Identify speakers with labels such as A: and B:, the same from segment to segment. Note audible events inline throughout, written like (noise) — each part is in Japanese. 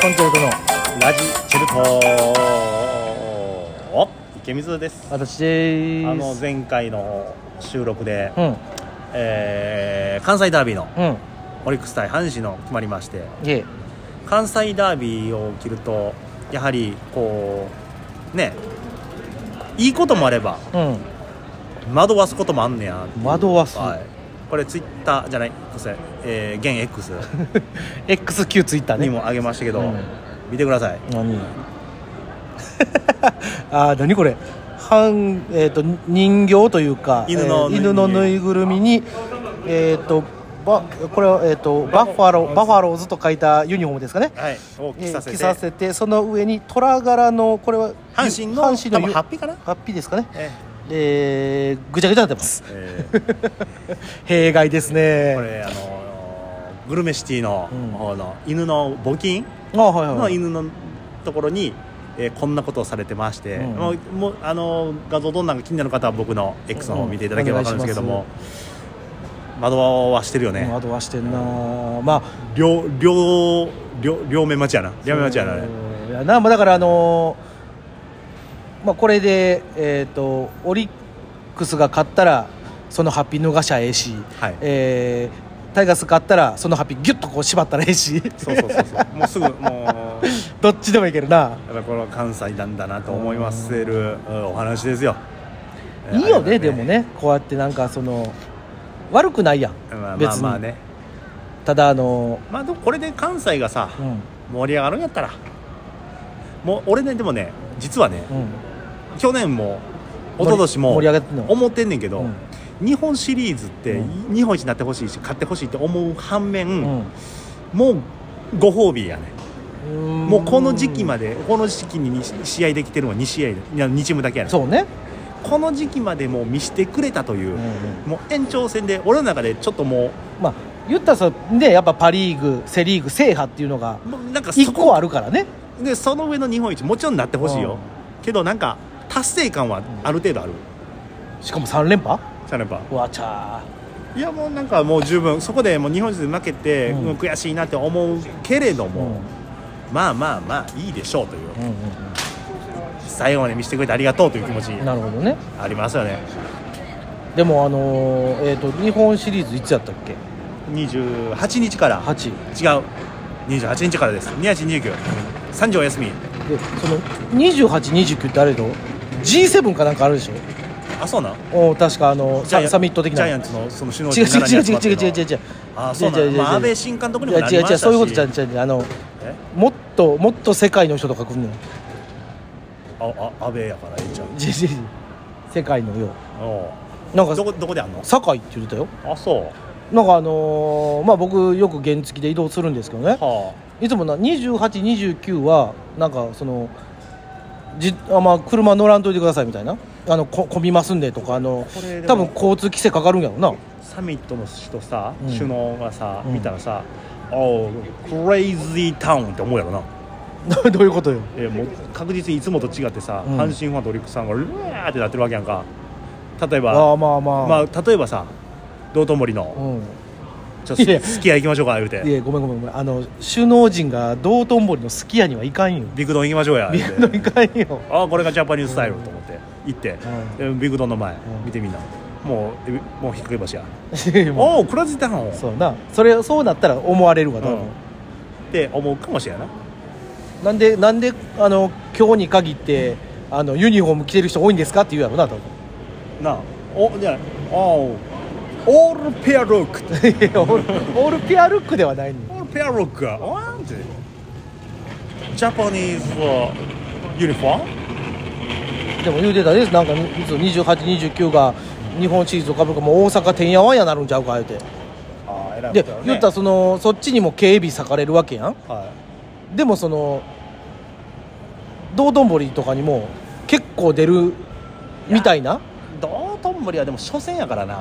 A: コンチェルトの
B: ラジチェルト池水ですあ
A: 私です
B: の前回の収録で、
A: うん
B: えー関西ダービーの
A: うん
B: オリックス対阪神の決まりまして
A: いえ
B: 関西ダービーを着るとやはりこうねいいこともあれば
A: うん
B: 惑わすこともあんねや
A: 惑わす、 (laughs)
B: はいこれツイッターじゃないすいませんえー、現
A: (laughs)
B: X
A: XQ ツイッターね
B: にもあげましたけど、
A: うん
B: 見てください
A: 何 (laughs) あー何これ半えっ、と人形というか
B: 犬
A: え
B: の
A: ー犬のぬいぐるみにえっ、とばこれはえっ、とバッファローバッファローズと書いたユニフォームですかね
B: はいを着
A: え
B: させ
A: ー
B: て
A: 着させてその上に虎柄のこれは
B: 阪神の
A: 阪神の
B: 多分
A: ゆ
B: ハッピーかな、
A: ハッピーですかね
B: え
A: えー、ぐちゃぐちゃになってます
B: ーえー
A: 弊害ですね
B: これあのーグルメシティの,、
A: うん
B: あの犬の募金
A: あはいはい、
B: の
A: はい、
B: 犬のところに、えーこんなことをされてまして、
A: うん
B: もうもうあのー画像どんなんか気になる方は僕の X の方を見ていただければ
A: うん
B: 分かるんですけども、窓はしてるよね、
A: 惑わしてんなまあ
B: 両両両両目待ちやな両目待ちやなあれ
A: うんいやなまあだからあのーまあこれでえっ、とオリックスが勝ったらそのハッピー逃しゃええし、
B: はい
A: えータイガース勝ったらそのハッピーギュッとこう縛ったらええし (laughs)
B: そうそうそうそうもうすぐもう
A: どっちでもいけるな
B: やっぱこの関西なんだなと思いますせるうんお話ですよ
A: いいよね
B: あれは
A: でもねこうやってなんかその悪くないやん
B: まあま
A: 別
B: あ
A: に
B: まあね
A: ただあの
B: まあでもこれで関西がさ
A: ーうん
B: 盛り上がるんやったらもう俺ねでもね実はね
A: うん
B: 去年も一昨年も
A: 盛り上がってんの
B: 思ってんねんけど、
A: うん
B: 日本シリーズって
A: う
B: 日本一になってほしいし勝ってほしいって思う反面、
A: うん
B: もうご褒美やね
A: も
B: もうこの時期ま
A: で
B: でこの時期にに試合できてるのは2試合でいや2チームだけやねん
A: そうね、
B: この時期までもう見せてくれたとい
A: う
B: う、
A: ん
B: もう延長戦で俺の中でちょっとも
A: まあ、言ったらさ、ね、やっぱパ・リーグ、セ・リーグ制覇っていうのが
B: うもうなんかそ
A: 一個
B: こ
A: あるからね、
B: でその上の日本一もちろんなってほしいよ、けどなんか達成感はある程度ある、
A: しかも3連覇
B: さらば
A: うわちゃ
B: いやもうなんかもう十分そこでもう日本一で負けて、
A: うん
B: うん悔しいなって思うけれど
A: ー、うんうん
B: も、まあまあまあいいでしょうという
A: うん
B: 最後まで見せてくれてありがとうという気持ち
A: うん、なるほどね、
B: ありますよね
A: でも、あのーえー、と日本シリーズいつやったっけ、
B: 28日から
A: 8位、
B: 違う28日からです2829時お休み
A: でその28、29ってあれと、G7 かなんかあるでしょ、
B: あそうなん
A: お確かあの
B: ジャイア
A: サ
B: ン
A: サミット的
B: ジ
A: な。
B: ャイ
A: 違
B: アンツのその首脳
A: う違う違う違う違う違う違う違う違う違う違う
B: あそうなんまあ安倍新監督にもな
A: 違う違
B: り
A: う違
B: ました
A: う
B: し
A: そういうことじゃん違う違うあの
B: え
A: もっともっと世界の人とか来るのよ
B: ああ安倍やからええんちゃう
A: 違う違う違う世界のよ
B: お
A: うなん
B: う
A: か
B: どこどこであんの
A: 堺って言ってたよ
B: あそう
A: なんかあのーまあ僕よく原付で移動するんですけどね
B: はい
A: つもな2829はなんかそのじあまあ車乗らんといてくださいみたいなあのこ混みますんでとかあの
B: これでも
A: 多分交通規制かかるんやろな (laughs)
B: あサミットの人さ、
A: うん
B: 首脳がさ、
A: うん
B: 見たらさ「おうクレイジータウン」って思うやろな、
A: どどういうことよ
B: えもう確実にいつもと違ってさ、
A: うん
B: 阪神ファンとオリックスさんが「うわーってなってるわけやんか例えば
A: ああまあまあ
B: まあ例えばさ道頓堀の
A: うん
B: 「ちょっと
A: いや
B: すき家行きましょうか」言うて
A: いやごめんごめんごめんあの首脳陣が道頓堀のすき家にはいかんよ
B: 「ビッグドン行きましょうや」
A: ビ
B: 言
A: ッグ
B: う
A: の
B: て
A: いかんよ
B: ああこれがジャパニーズスタイルと思って行って、でビッグドンの前、
A: ん
B: 見てみんなもうえもうひっくり橋や「
A: も
B: おおクレイジータウ
A: う (laughs)
B: ン」
A: そうなそれそうなったら思われるわ多分、
B: うんって思うかもしれんないな
A: なんでなんであの今日に限ってあのユニフォーム着てる人多いんですかって言うやろな多分 (laughs)
B: なあおじゃあおうオールペアロックって
A: オールオールピアルックではないのよ
B: オールペアロックがおーんってジャパニーズユニフォーム
A: でも言うてたですなんか2829が日本シリーズとかぶるかもう大阪てんやわんやなるんちゃうか言うて
B: ああ偉い
A: で
B: ことやね
A: 言ったらそのそっちにも警備割かれるわけやん
B: は
A: でもその道頓堀とかにも結構出るみたいない
B: 道頓堀はでも初戦やからな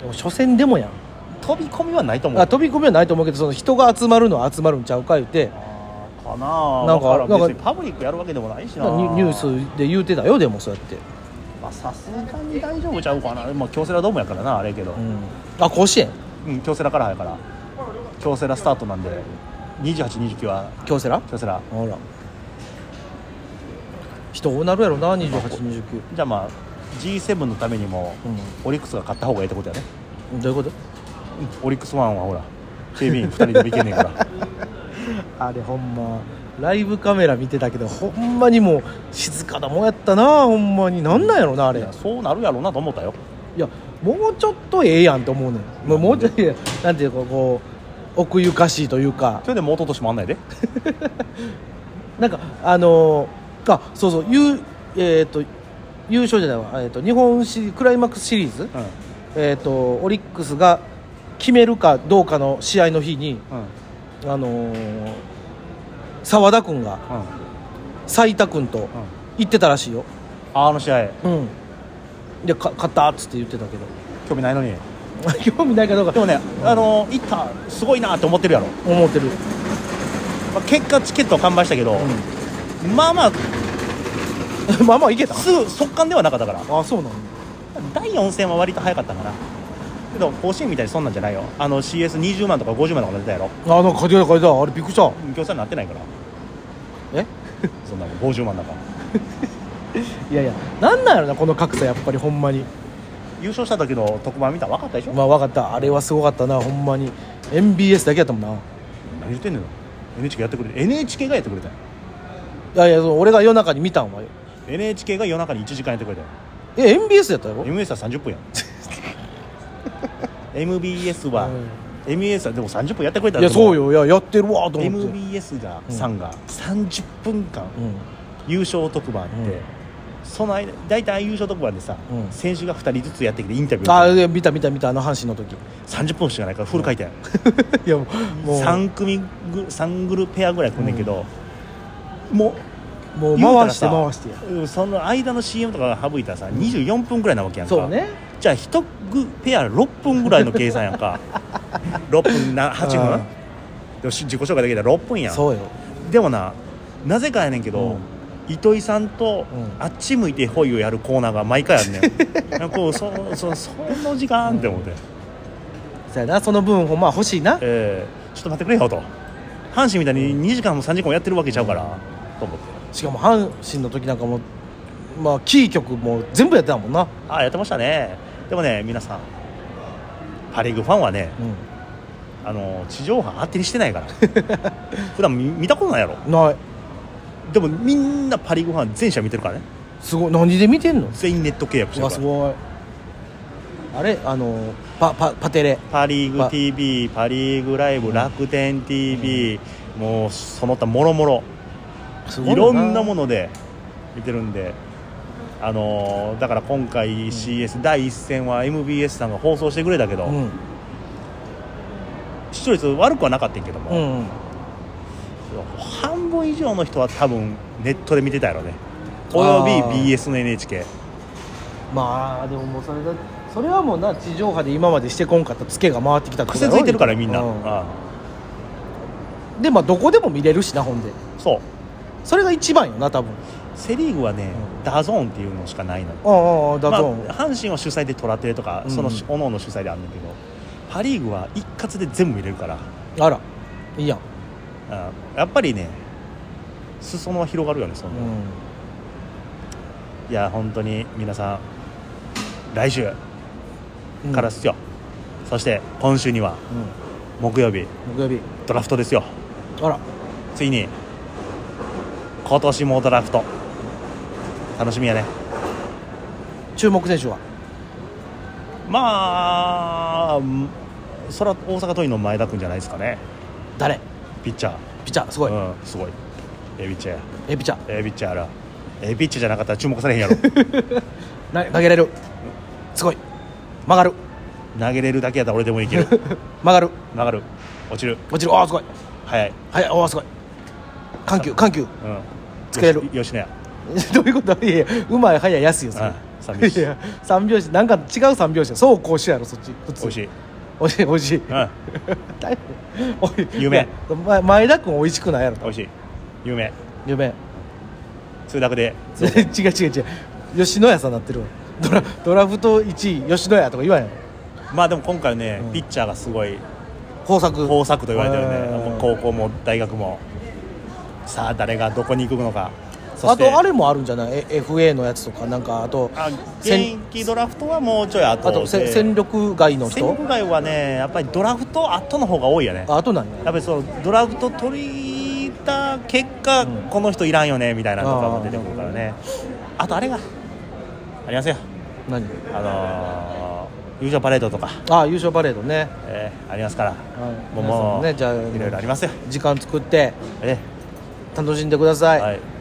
A: でも初戦でもやん
B: 飛び込みはないと思う
A: あ飛び込みはないと思うけどその人が集まるのは集まるんちゃうか言うて
B: あーかなあ
A: なんか
B: わら
A: なんか
B: 別にパブリックやるわけでもないし
A: な
B: な
A: ニュニュースで言うてたよでもそうやって、
B: まあさすがに大丈夫ちゃうかなまあ京セラドームやからなあれやけど
A: うん、あ甲子園
B: うん京セラからやから京セラスタートなんで2829は
A: 京セラ
B: 京セラ
A: ほら人多なるやろな2829
B: じゃあまあ G7 のためにも
A: う
B: オリックスが買った方がいいってことやね
A: んどういうこと
B: オリックスワンはほら警備員2人でもいけんねえから (laughs)
A: あれほんまライブカメラ見てたけどほんまにもう静かなもんやったなほんまになんなんやろなあ
B: い
A: れ
B: やそうなるやろうなと思ったよ
A: いやもうちょっとええやんと思うねんもうもうちょっといやなんていうかこう奥ゆかしいというか
B: 去年も一昨年もあんないで
A: なんかあのーあそうそうゆうえー、と優勝じゃないわ、えー、と日本シリクライマックスシリーズ、
B: うん
A: えー、とオリックスが決めるかどうかの試合の日に
B: うん
A: あのー澤田君が
B: うん
A: 斉田君と
B: うん
A: 行ってたらしいよ、
B: あの試合
A: うん、でか勝ったっつって言ってたけど (laughs)
B: 興味ないのに
A: 興味ないかどう
B: で
A: か
B: もねあの行ったすごいなって思ってるやろ、
A: 思ってる、 (laughs)
B: まあ、結果チケットは完売したけど、まあまあ
A: うんまあまあいけた
B: すぐ速乾ではなかったから
A: あそうなの
B: 第4戦は割と早かったかなけど甲子園みたいにそんなんじゃないよあの CS20 万とか50万とか出たやろ
A: あなんか書いてた書いてたあれびっくりした
B: 協賛になってないから
A: え
B: そんなの50万だから
A: いやいやなんなんやろなこの格差やっぱりほんまに
B: 優勝した時の特番見たら分かったでしょ、
A: まあ分かったあれはすごかったなほんまに MBS だけやったもんな
B: 何言ってんのよ NHK やってくれて NHK がやってくれたよ
A: いやいやそう俺が夜中に見たんはよ
B: NHK が夜中に1時間やってくれたよ
A: え MBS やったやろ
B: MBS は30分やん
A: (laughs)
B: MBS は、MBS はでも30分やってくれた
A: いやそうよいややってるわと思って、
B: MBS が、
A: うん
B: さんが30分間
A: うん、
B: 優勝特番って、
A: うん
B: その間大体優勝特番でさ、
A: うん
B: 選手が2人ずつやってきてインタビュ
A: あ
B: ー
A: で見た見た見たあの阪神の時
B: 30分しかないからフル回転、
A: (laughs) いやもう
B: 3組ぐ三グルペアぐらい組んねんけど、も
A: もう
B: 言うたら
A: 回して
B: さ
A: 回してや
B: うその間の CM とかが省いたらさ24分ぐらいなわけやんか
A: そうね
B: じゃあ1グペア6分ぐらいの計算や
A: (laughs)
B: んか6分な8
A: う
B: 分
A: ん
B: でもし自己紹介できたら6分やん
A: そうよ
B: でもななぜかやねんけど、
A: うん
B: 糸井さんと、
A: うん
B: あっち向いてほいをやるコーナーが毎回
A: (laughs)
B: あんねんなんかこうそそその時間って思って、
A: そやなその分ほんま欲しいな
B: えーちょっと待ってくれよと阪神みたいに2時間も3時間もやってるわけちゃうから、と思って
A: しかも阪神の時なんかもまあキー局も全部やってたもんな、
B: ああやってましたねでもね皆さんパ・リーグファンはね
A: う
B: あの地上波当てにしてないから (laughs) 普段見見たことないやろ
A: ん、ない
B: でもみんなパ・リーグファン全社見てるからね
A: すごい何で見てんの
B: 全員ネット契約
A: う
B: してる
A: わ
B: か
A: す
B: ら
A: ごいあれあのパパパテレ
B: パ・リー
A: パ
B: グ TV パ・リーグライブ、
A: うん
B: 楽天 TV、もうその他もろもろ
A: す
B: いろんなも
A: の
B: ので見てるんであのーだから今回 CS 第一戦は MBS さんが放送してくれたけど、
A: うん
B: 視聴率悪くはなかったんやけども、
A: うんうん
B: 半分以上の人は多分ネットで見てたやろねおよび
A: あー
B: BS の NHK
A: まあでももうそれだそれはもうな地上波で今までしてこんかったツケが回ってきたってこと
B: 癖
A: や
B: つ
A: ろ
B: いてるからみんな、
A: う
B: あ
A: でまあどこでも見れるしなほんで
B: あそう
A: それが一番よな多分
B: セ・リーグはね、ダゾーンっていうのしかないの
A: ああああダゾーン、
B: まあ、阪神は主催でトラテレとか、
A: うん
B: そのし各々の主催であるんだけどパ・リーグは一括で全部見れるから、
A: あ、らいいやん、
B: あやっぱりね裾野は広がるよねそんな、い
A: うん、
B: や本当に皆さん来週からっすよ、そして今週には
A: うん、うん
B: 木曜日
A: 木曜日
B: ドラフトですよ
A: あら
B: ついに今年もドラフト楽しみやね
A: 注目選手は
B: まあうんそれは大阪桐蔭の前田君じゃないですかね
A: 誰
B: ピッチャー
A: ピッチャーすごい、
B: うん、すごいええピッチャーや
A: えピッチャー
B: ええピッチャーやらええピッチャーじゃなかったら注目されへんや
A: (laughs)
B: ろ
A: な投げれるすごい曲がる
B: 投げれるだけやったら俺でもいける
A: 曲がる
B: 曲がる落ちる
A: 落ちるああすごい
B: 速い、
A: はいああすごい緩急緩急
B: うん、
A: 作れる
B: よし吉野家
A: (laughs) どういうこといやいやうまい早い安いよそれ
B: あ三拍子
A: いや三拍子なんか違う三拍子やそうこうしやろそっち普
B: 美味しい、
A: いおいしいおいしい (laughs)
B: うん、
A: だいおい
B: 有名
A: いやま前田君おいしくないやろ
B: 美味しい有名
A: 有名
B: 通学で
A: (laughs) 違う違う違う吉野家さんなってるわドラドラフト1位吉野家とか言わんやろ
B: まあでも今回ね、
A: うん
B: ピッチャーがすごい
A: 豊作
B: 豊作と言われてる
A: へ
B: ね
A: ー
B: もう高校も大学もさあ誰がどこに行くのかそ
A: あ
B: して
A: とあれもあるんじゃないえ FA のやつとかなんかあと
B: あ現
A: 戦
B: 役ドラフトはもうちょい後
A: あとせ
B: で
A: 戦力外の
B: 戦
A: 人
B: 力外はねやっぱりドラフト後の方が多いよね
A: ああとなん
B: や
A: や
B: っぱりそのドラフト取りた結果、
A: ん
B: この人いらんよねみたいなのとかも出てくるからねあとあれがありますよ
A: 何
B: あのー、優勝パレードとか、
A: あ優勝パレードね
B: えーありますから、
A: い
B: もう
A: 皆さんも
B: もう
A: ねじゃあ
B: いろいろありますよ、
A: 時間作って
B: え
A: 楽しんでくださ
B: ー
A: い、
B: はい